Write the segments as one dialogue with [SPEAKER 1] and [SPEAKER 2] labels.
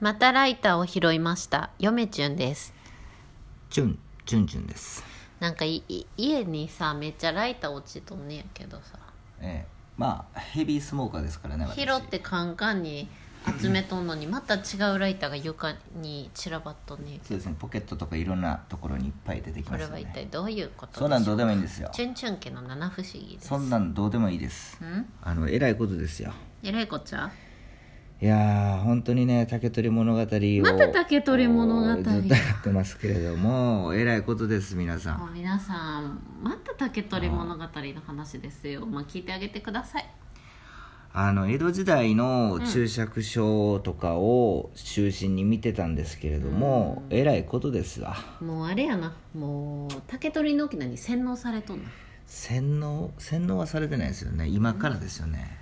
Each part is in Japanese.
[SPEAKER 1] またライターを拾いました。ヨメチュンです。
[SPEAKER 2] チュンチュンチュンです、
[SPEAKER 1] なんかいい家にさ、めっちゃライター落ちとんねやけどさ。
[SPEAKER 2] ええ、まあヘビースモーカーですからね私
[SPEAKER 1] 拾ってカンカンに集めとんのに、また違うライターが床に散らばっとんねやけ
[SPEAKER 2] そうですねポケットとかいろんなところにいっぱい出てき
[SPEAKER 1] ど。こ
[SPEAKER 2] ま
[SPEAKER 1] れ
[SPEAKER 2] すよ
[SPEAKER 1] は一体
[SPEAKER 2] ね
[SPEAKER 1] どういうこと
[SPEAKER 2] そんなん
[SPEAKER 1] し
[SPEAKER 2] ど
[SPEAKER 1] ょ
[SPEAKER 2] うでもいいんですよ
[SPEAKER 1] チュンチュン家の七不思議です。
[SPEAKER 2] そんなんどうでもいいです
[SPEAKER 1] ん
[SPEAKER 2] あのえらいことですよ
[SPEAKER 1] えらいこっちゃ
[SPEAKER 2] いやー本当にね竹取物語を
[SPEAKER 1] また竹取物語
[SPEAKER 2] ずっとやってますけれどもえらいことです皆さ
[SPEAKER 1] も
[SPEAKER 2] ん
[SPEAKER 1] う皆さん、また竹取物語の話ですよ。まあ聞いてあげてください。
[SPEAKER 2] あの江戸時代の注釈書とかを中心に見てたんですけれども、えらいことですわ
[SPEAKER 1] もうあれやな。もう竹取の翁に洗脳されとんな。
[SPEAKER 2] 洗脳洗脳はされてないですよね今からですよね、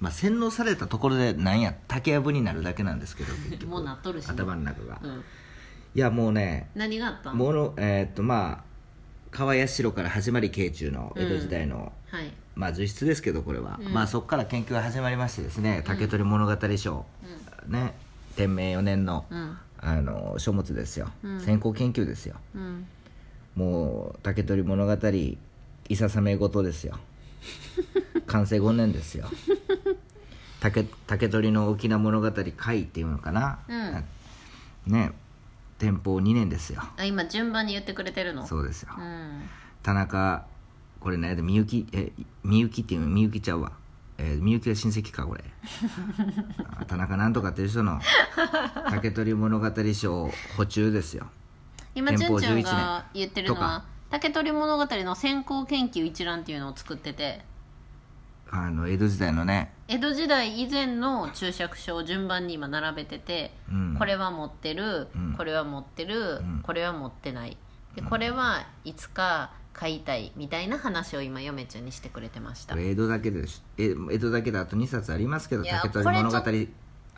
[SPEAKER 2] まあ洗脳されたところでなんや竹やぶになるだけなんです けど結局
[SPEAKER 1] もうなっとるしな
[SPEAKER 2] 頭の中が、
[SPEAKER 1] う
[SPEAKER 2] い
[SPEAKER 1] ん。
[SPEAKER 2] やもうね
[SPEAKER 1] 何があったん
[SPEAKER 2] ものえーっとまあ川八代から始まり慶中の江戸時代の、
[SPEAKER 1] はい。
[SPEAKER 2] まあ随筆ですけどこれは、まあそこから研究が始まりましてですね竹取物語賞、ね天明4年の、
[SPEAKER 1] うん。
[SPEAKER 2] あの書物ですよ、先行研究ですよ
[SPEAKER 1] うん。
[SPEAKER 2] もう竹取物語いささめごとですよ完成5年ですよ竹竹取の大きな物語会っていうのかな、ね天保2年ですよ
[SPEAKER 1] あ、今順番に言ってくれてるの
[SPEAKER 2] そうですよ、
[SPEAKER 1] うん。
[SPEAKER 2] 田中これねでみゆきえみゆきっていうみゆきちゃうわ、えーみゆきは親戚かこれあ田中なんとかっていう人の竹取物語賞補中ですよ
[SPEAKER 1] 今、
[SPEAKER 2] 天
[SPEAKER 1] じゅん
[SPEAKER 2] 保
[SPEAKER 1] ち
[SPEAKER 2] 11
[SPEAKER 1] ゃんが言ってるの
[SPEAKER 2] と
[SPEAKER 1] は
[SPEAKER 2] か、
[SPEAKER 1] 竹取物語の先行研究一覧っていうのを作ってて、
[SPEAKER 2] あの江戸時代のね
[SPEAKER 1] 江戸時代以前の注釈書を順番に今並べてて、
[SPEAKER 2] うん
[SPEAKER 1] これは持ってる、これは持ってる、これは持ってない。で、これはいつか買いたいみたいな話を今、嫁ちゃんにしてくれてました。
[SPEAKER 2] 江戸だけでしえ江戸だけであと2冊ありますけど
[SPEAKER 1] いや
[SPEAKER 2] 竹取
[SPEAKER 1] これちょ
[SPEAKER 2] 物語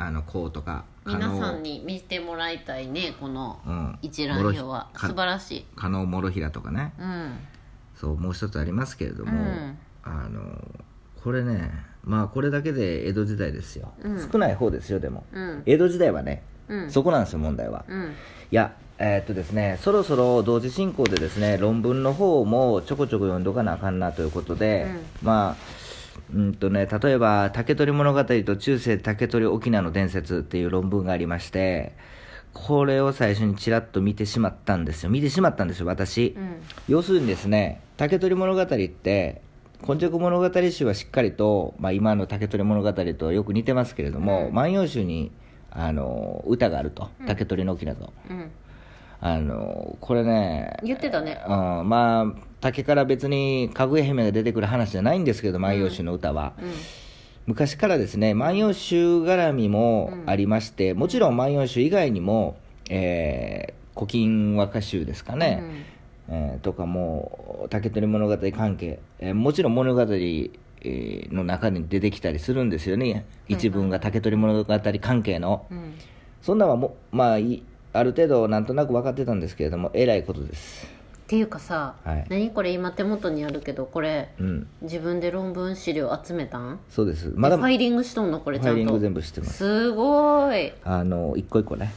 [SPEAKER 2] あのこうとか
[SPEAKER 1] 皆さんに見てもらいたいね、この
[SPEAKER 2] うん
[SPEAKER 1] 一覧表は。
[SPEAKER 2] 諸日
[SPEAKER 1] 素晴らしい。
[SPEAKER 2] 加納諸平とかね
[SPEAKER 1] うん。
[SPEAKER 2] そうもう一つありますけれども、
[SPEAKER 1] うん
[SPEAKER 2] あのこれねまあこれだけで江戸時代ですよ、少ない方ですよでも、
[SPEAKER 1] うん
[SPEAKER 2] 江戸時代はね、
[SPEAKER 1] うん
[SPEAKER 2] そこなんですよ問題は、
[SPEAKER 1] うん。
[SPEAKER 2] いやえーっとですねそろそろ同時進行でですね論文の方もちょこちょこ読んどかなあかんなということで、まあうんとね例えば「竹取物語と中世竹取翁の伝説」っていう論文がありましてこれを最初にちらっと見てしまったんですよ見てしまったんですよ私、
[SPEAKER 1] うん。
[SPEAKER 2] 要するにですね「竹取物語」って「今昔物語集」はしっかりと、まあ、今の「竹取物語」とよく似てますけれども「万葉集に」あの歌があると「竹取の翁と。
[SPEAKER 1] うん。
[SPEAKER 2] あのこれね、
[SPEAKER 1] 言ってたね
[SPEAKER 2] うん、まあ竹から別にかぐや姫が出てくる話じゃないんですけど「万葉集」の歌は、昔からですね「万葉集」絡みもありまして、もちろん「万葉集」以外にも「えー古今和歌集」ですかね、えーとかも「竹取物語」関係、えーもちろん物語えーの中に出てきたりするんですよね一文が竹取物語関係の、
[SPEAKER 1] うん。
[SPEAKER 2] そんなんはもうまあいある程度なんとなく分かってたんですけれどもえらいことです
[SPEAKER 1] っていうかさ、
[SPEAKER 2] はい
[SPEAKER 1] 何これ今手元にあるけどこれ
[SPEAKER 2] うん
[SPEAKER 1] 自分で論文資料集めたん
[SPEAKER 2] そうですまだ
[SPEAKER 1] フ
[SPEAKER 2] フ
[SPEAKER 1] ァ
[SPEAKER 2] ァ
[SPEAKER 1] イリングしとんのこれちゃ
[SPEAKER 2] イリ
[SPEAKER 1] ん
[SPEAKER 2] ン
[SPEAKER 1] と
[SPEAKER 2] グ全部してます
[SPEAKER 1] すごい
[SPEAKER 2] あの一個一個ね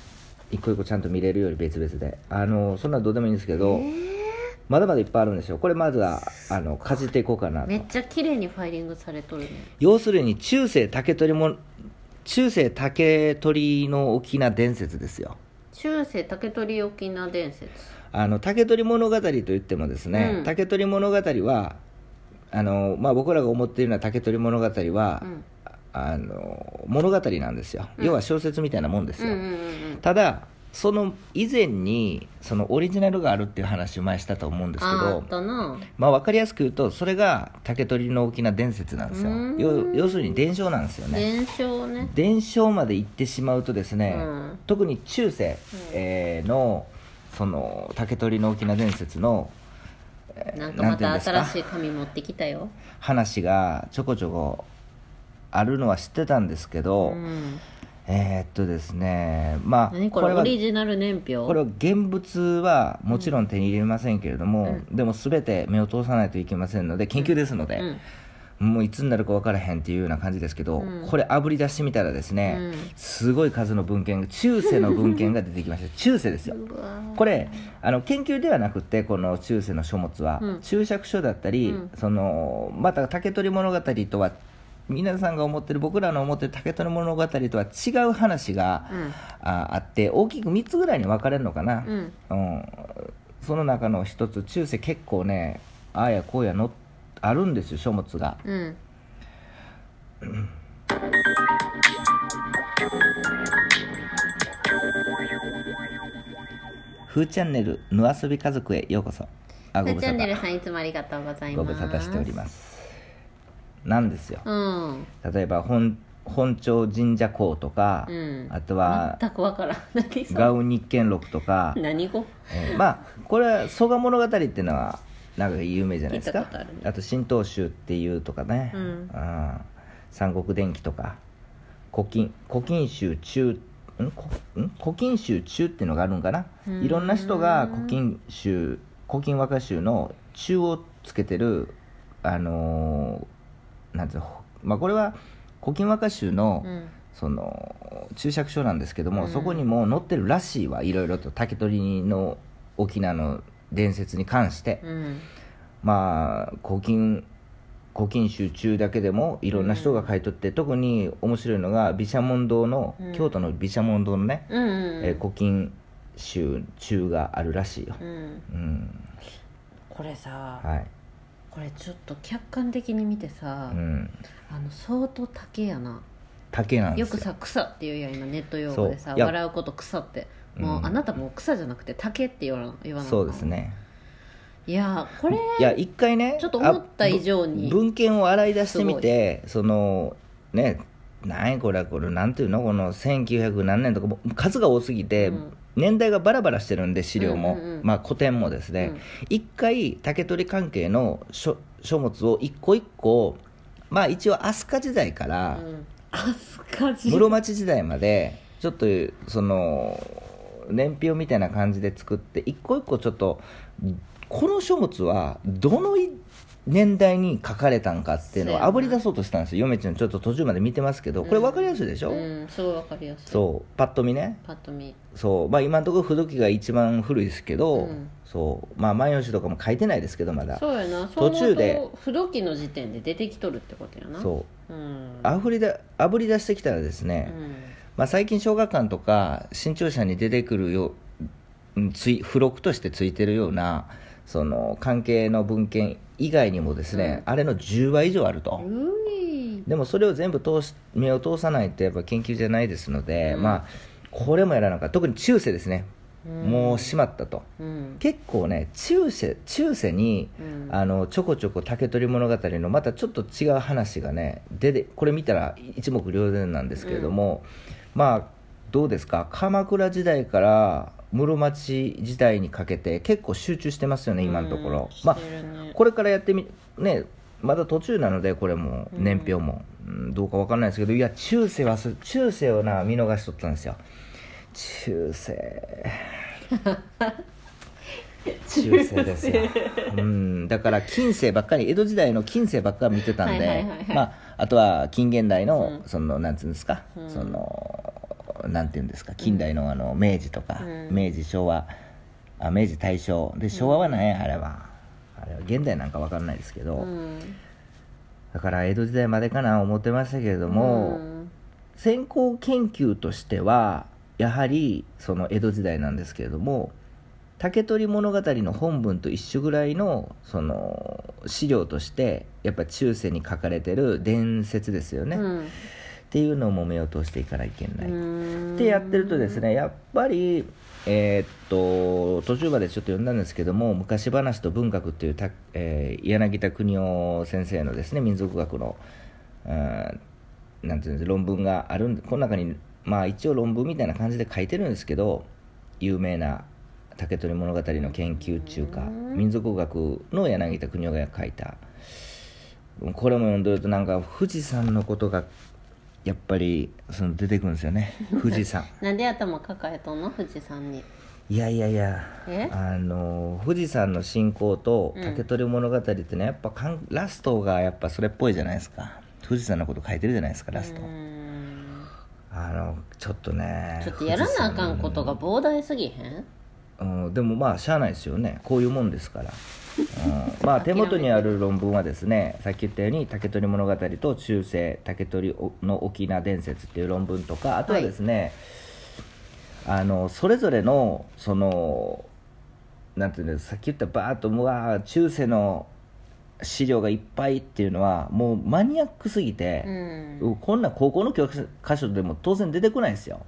[SPEAKER 2] 一個一個ちゃんと見れるより別々であのそんなんどうでもいいんですけど、まだまだいっぱいあるんですよこれまずはあのかじっていこうかなと
[SPEAKER 1] めっちゃ綺麗にファイリングされとるね
[SPEAKER 2] 要するに中世竹取も中世竹取の沖縄伝説ですよ
[SPEAKER 1] 中世竹取沖縄伝説
[SPEAKER 2] あの竹取物語といってもですね、
[SPEAKER 1] うん
[SPEAKER 2] 竹取物語はあの、まあ、僕らが思っているような竹取物語は、
[SPEAKER 1] ん
[SPEAKER 2] あの物語なんですよ、要は小説みたいなもんです
[SPEAKER 1] うん
[SPEAKER 2] よ、
[SPEAKER 1] うんうん
[SPEAKER 2] ただその以前にそのオリジナルがあるっていう話を前にしたと思うんですけ
[SPEAKER 1] ああ
[SPEAKER 2] ど
[SPEAKER 1] ったな
[SPEAKER 2] まあ、分かりやすく言うとそれが竹取の大きな伝説なんですよ
[SPEAKER 1] うん
[SPEAKER 2] 要要するに伝承なんですよね
[SPEAKER 1] 伝承ね
[SPEAKER 2] 伝承まで行ってしまうとですね、
[SPEAKER 1] うん
[SPEAKER 2] 特に中世、えーのその竹取の沖縄伝説の
[SPEAKER 1] なんかまた
[SPEAKER 2] なんていうんですか
[SPEAKER 1] 新しい紙持ってきたよ
[SPEAKER 2] 話がちょこちょこあるのは知ってたんですけど、
[SPEAKER 1] うん
[SPEAKER 2] えーっとですねまあ
[SPEAKER 1] 何これ
[SPEAKER 2] は
[SPEAKER 1] オリジナル年表
[SPEAKER 2] これは現物はもちろん手に入れませんけれども、でも全て目を通さないといけませんので研究ですので、
[SPEAKER 1] うん
[SPEAKER 2] もういつになるか分からへんっていうような感じですけど、
[SPEAKER 1] うん
[SPEAKER 2] これあぶり出してみたらですね、
[SPEAKER 1] うん
[SPEAKER 2] すごい数の文献が中世の文献が出てきました中世ですよ
[SPEAKER 1] うわー
[SPEAKER 2] これあの研究ではなくてこの中世の書物は、
[SPEAKER 1] うん
[SPEAKER 2] 注釈書だったり、
[SPEAKER 1] うん
[SPEAKER 2] そのまた竹取物語とは皆さんが思ってる僕らの思ってる竹取物語とは違う話が、
[SPEAKER 1] うん
[SPEAKER 2] ああって大きく3つぐらいに分かれるのかな、
[SPEAKER 1] うん
[SPEAKER 2] うんその中の一つ中世結構ねああやこうやのあるんですよ書物が
[SPEAKER 1] うん
[SPEAKER 2] 「ふーチャンネルぬ遊び家族へようこそ」あ
[SPEAKER 1] ふ
[SPEAKER 2] ご
[SPEAKER 1] ー
[SPEAKER 2] 無
[SPEAKER 1] チ
[SPEAKER 2] 沙
[SPEAKER 1] ャンネル
[SPEAKER 2] 汰
[SPEAKER 1] さんいつもありがとうござい
[SPEAKER 2] ご
[SPEAKER 1] ます
[SPEAKER 2] 無沙汰しておりますなんですよ
[SPEAKER 1] うん
[SPEAKER 2] 例えば本本庁神社公とか、
[SPEAKER 1] うん
[SPEAKER 2] あとは
[SPEAKER 1] 全くわからん何それ
[SPEAKER 2] ガウン日見録とか、
[SPEAKER 1] 何語
[SPEAKER 2] えーまあこれは蘇我物語っていうのはなんか有名じゃないです
[SPEAKER 1] 聞い
[SPEAKER 2] か
[SPEAKER 1] たことあるね
[SPEAKER 2] あと神道宗っていうとかね、
[SPEAKER 1] うん
[SPEAKER 2] ん三国伝記とか古今古今集中んこん古今集中っていうのがあるんかな
[SPEAKER 1] うん
[SPEAKER 2] いろんな人が古今集古今和歌集の中をつけてるあのーなんていうのまあこれは古今和歌集の、
[SPEAKER 1] うん
[SPEAKER 2] その注釈書なんですけども、そこにも載ってるらしいわいろいろと竹取の沖縄の伝説に関して、
[SPEAKER 1] うん
[SPEAKER 2] まあ古今古今集中だけでもいろんな人が書いとって、特に面白いのが毘沙門堂の、
[SPEAKER 1] うん
[SPEAKER 2] 京都の毘沙門堂のね、
[SPEAKER 1] うんうん
[SPEAKER 2] えー古今集中があるらしいよ、
[SPEAKER 1] うん
[SPEAKER 2] うん、
[SPEAKER 1] これさ
[SPEAKER 2] はい、
[SPEAKER 1] これちょっと客観的に見てさ
[SPEAKER 2] うん、
[SPEAKER 1] あの相当竹やな
[SPEAKER 2] 竹なんで
[SPEAKER 1] よ
[SPEAKER 2] す
[SPEAKER 1] く
[SPEAKER 2] よ
[SPEAKER 1] さ「草」っていうやん今ネット用語でさ
[SPEAKER 2] そういや
[SPEAKER 1] 笑うこと「草」ってもう、
[SPEAKER 2] うん
[SPEAKER 1] あなたもう草じゃなくて竹って言わな言わない
[SPEAKER 2] そうですね
[SPEAKER 1] いやーこれ
[SPEAKER 2] いや一回ね
[SPEAKER 1] ちょっと思った以上に
[SPEAKER 2] あぶ文献を洗い出してみてそのね何これこれなんていうのこの1900何年とかもう数が多すぎて、
[SPEAKER 1] うん
[SPEAKER 2] 年代がバラバラしてるんで資料も、
[SPEAKER 1] うんうんうん
[SPEAKER 2] まあ古典もですね
[SPEAKER 1] うん
[SPEAKER 2] 一、回竹取関係の書書物を一個一個まあ一応飛鳥時代から
[SPEAKER 1] うん飛鳥時
[SPEAKER 2] 室町時代までちょっとその年表みたいな感じで作って一個一個ちょっとこの書物はどのい年代に書かれたんかっていうの
[SPEAKER 1] そうや
[SPEAKER 2] を
[SPEAKER 1] な
[SPEAKER 2] あぶり出そうとしたんですよ嫁ちゃんちょっと途中まで見てますけどこれ分かりやすいでしょ、
[SPEAKER 1] うんすごいわかりやすい
[SPEAKER 2] そうパッと見ね
[SPEAKER 1] パッと見
[SPEAKER 2] そうまあ今のところ不動機が一番古いですけど、
[SPEAKER 1] うん
[SPEAKER 2] そうまあ「万葉集」とかも書いてないですけどまだ
[SPEAKER 1] そうやな
[SPEAKER 2] 途中で
[SPEAKER 1] そう思うと不動機の時点で出てきとるってことやな、
[SPEAKER 2] そう
[SPEAKER 1] ん、
[SPEAKER 2] あふりだあぶり出してきたらですね、
[SPEAKER 1] うん
[SPEAKER 2] まあ、最近小学館とか新潮社に出てくるようんつい付録としてついてるようなその関係の文献以外にもですね、あれの10倍以上あると、
[SPEAKER 1] うい
[SPEAKER 2] でもそれを全部通し目を通さないとやっぱ研究じゃないですので、
[SPEAKER 1] うん
[SPEAKER 2] まあこれもやらなかった特に中世ですね、
[SPEAKER 1] うん
[SPEAKER 2] もうしまったと
[SPEAKER 1] うん
[SPEAKER 2] 結構ね中世中世に、
[SPEAKER 1] うん
[SPEAKER 2] あのちょこちょこ竹取物語のまたちょっと違う話がね出てこれ見たら一目瞭然なんですけれども、まあどうですか鎌倉時代から室町時代にかけて結構集中してますよね今のところ、
[SPEAKER 1] うん
[SPEAKER 2] まあ
[SPEAKER 1] してるね
[SPEAKER 2] これからやってみねまだ途中なのでこれも年表も、うんどうかわかんないですけどいや中世はす中世をな見逃しとったんですよ 中世中世ですよ、うん、だから近世ばっかり江戸時代の近世ばっかり見てたん
[SPEAKER 1] はいはい
[SPEAKER 2] で
[SPEAKER 1] はいはい
[SPEAKER 2] まああとは近現代の、
[SPEAKER 1] う
[SPEAKER 2] そのなんていうんですか、
[SPEAKER 1] ん
[SPEAKER 2] そのなんていうんですか近代のあの明治とか、
[SPEAKER 1] うん
[SPEAKER 2] 明治昭和あ明治大正で昭和は何やあれはあれは現代なんか分かんないですけど、
[SPEAKER 1] うん
[SPEAKER 2] だから江戸時代までかな思ってましたけれども、
[SPEAKER 1] うん
[SPEAKER 2] 先行研究としてはやはりその江戸時代なんですけれども「竹取物語」の本文と一緒ぐらいのその資料としてやっぱ中世に書かれてる伝説ですよね、っ
[SPEAKER 1] うん
[SPEAKER 2] ていうのも目を通していかないといけない。
[SPEAKER 1] うん
[SPEAKER 2] ってやってるとですねやっぱりえーっと途中までちょっと読んだんですけども「昔話と文学」っていうた、えー柳田邦夫先生のですね民俗学の、うんなんていうんです論文があるんでこの中にまあ一応論文みたいな感じで書いてるんですけど有名な「竹取物語」の研究中か民俗学の柳田邦夫が書いたこれも読んでるとなんか富士山のことがやっ ぱりその出てくるんですよね富士山
[SPEAKER 1] なんで頭抱えとんの富士山に
[SPEAKER 2] いいやいやいや
[SPEAKER 1] え
[SPEAKER 2] あの富士山の信仰と
[SPEAKER 1] うん
[SPEAKER 2] 竹取物語ってねやっぱかんラストがやっぱそれっぽいじゃないですか富士山のこと書いてるじゃないですかラスト
[SPEAKER 1] うーん
[SPEAKER 2] あのちょっとね
[SPEAKER 1] ちょっとやらなあかんことが膨大すぎへん
[SPEAKER 2] うん、でもまあしゃあないですよねこういうもんですから、うん、まあ手元にある論文はですねさっき言ったように「竹取物語」と「中世竹取の沖縄伝説」っていう論文とかあとはですね、あのそれぞれのそのなんていうのさっき言ったバーッとうわー中世の資料がいっぱいっていうのはもうマニアックすぎ
[SPEAKER 1] う
[SPEAKER 2] て、
[SPEAKER 1] ん
[SPEAKER 2] こんな高校の教科書でも当然出てこないですよ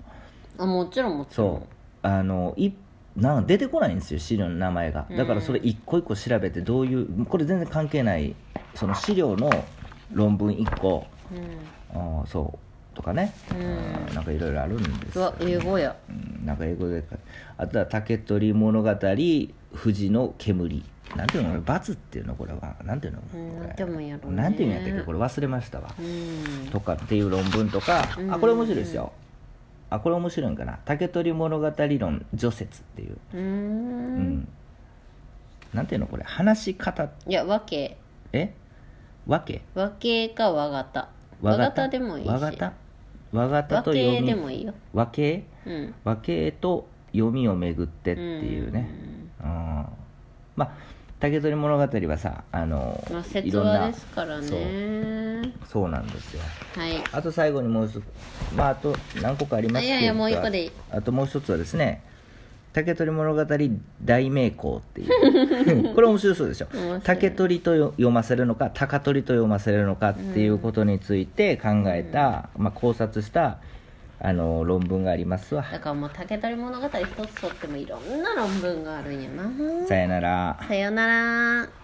[SPEAKER 1] あもちろんもちろん
[SPEAKER 2] そうあのいなん出てこないんですよ資料の名前がだからそれ一個一個調べてどういうこれ全然関係ないその資料の論文一個
[SPEAKER 1] う、
[SPEAKER 2] あーそうとかね、
[SPEAKER 1] うん
[SPEAKER 2] うんなんかいろいろあるんです
[SPEAKER 1] ん、う
[SPEAKER 2] よ
[SPEAKER 1] わ英語や
[SPEAKER 2] うんなんか英語であとは「竹取物語富士の煙」なんていうのこれ「バツ」っていうのこれはなんていうの
[SPEAKER 1] うん
[SPEAKER 2] これ
[SPEAKER 1] なんてもんやろうね
[SPEAKER 2] なんていうんやったっけこれ忘れましたわ
[SPEAKER 1] うん
[SPEAKER 2] とかっていう論文とか、
[SPEAKER 1] うん
[SPEAKER 2] あこれ面白いですよ、あこれ面白いんかな「竹取物語論除説」っていう、
[SPEAKER 1] うー
[SPEAKER 2] うん
[SPEAKER 1] ん
[SPEAKER 2] なんていうのこれ話し方
[SPEAKER 1] いや和系
[SPEAKER 2] えわけ
[SPEAKER 1] 和系か和型
[SPEAKER 2] わ
[SPEAKER 1] 和
[SPEAKER 2] が
[SPEAKER 1] 型
[SPEAKER 2] た
[SPEAKER 1] でもいいし
[SPEAKER 2] わがたわがた
[SPEAKER 1] 和
[SPEAKER 2] と読
[SPEAKER 1] 系
[SPEAKER 2] み
[SPEAKER 1] でもいいよ
[SPEAKER 2] 和系
[SPEAKER 1] うん
[SPEAKER 2] 和系と読みを巡ってっていうね、うんまあ竹取物語はさあの、
[SPEAKER 1] まあ
[SPEAKER 2] い
[SPEAKER 1] 説
[SPEAKER 2] ろん
[SPEAKER 1] 話
[SPEAKER 2] な
[SPEAKER 1] ですからね
[SPEAKER 2] そうなんですよ
[SPEAKER 1] はい
[SPEAKER 2] あと最後にもう一つまああと何個かあります
[SPEAKER 1] あいやいやもう一個でいい
[SPEAKER 2] あともう一つはですね「竹取物語大名工」っていう これ面白そうでしょ
[SPEAKER 1] 面白い
[SPEAKER 2] 竹取とよ読ませるのか高取と読ませるのかっていうことについて考えた、まあ、考察したあの論文がありますわ
[SPEAKER 1] だからもう竹取物語一つとってもいろんな論文があるんやな
[SPEAKER 2] さよなら
[SPEAKER 1] さよなら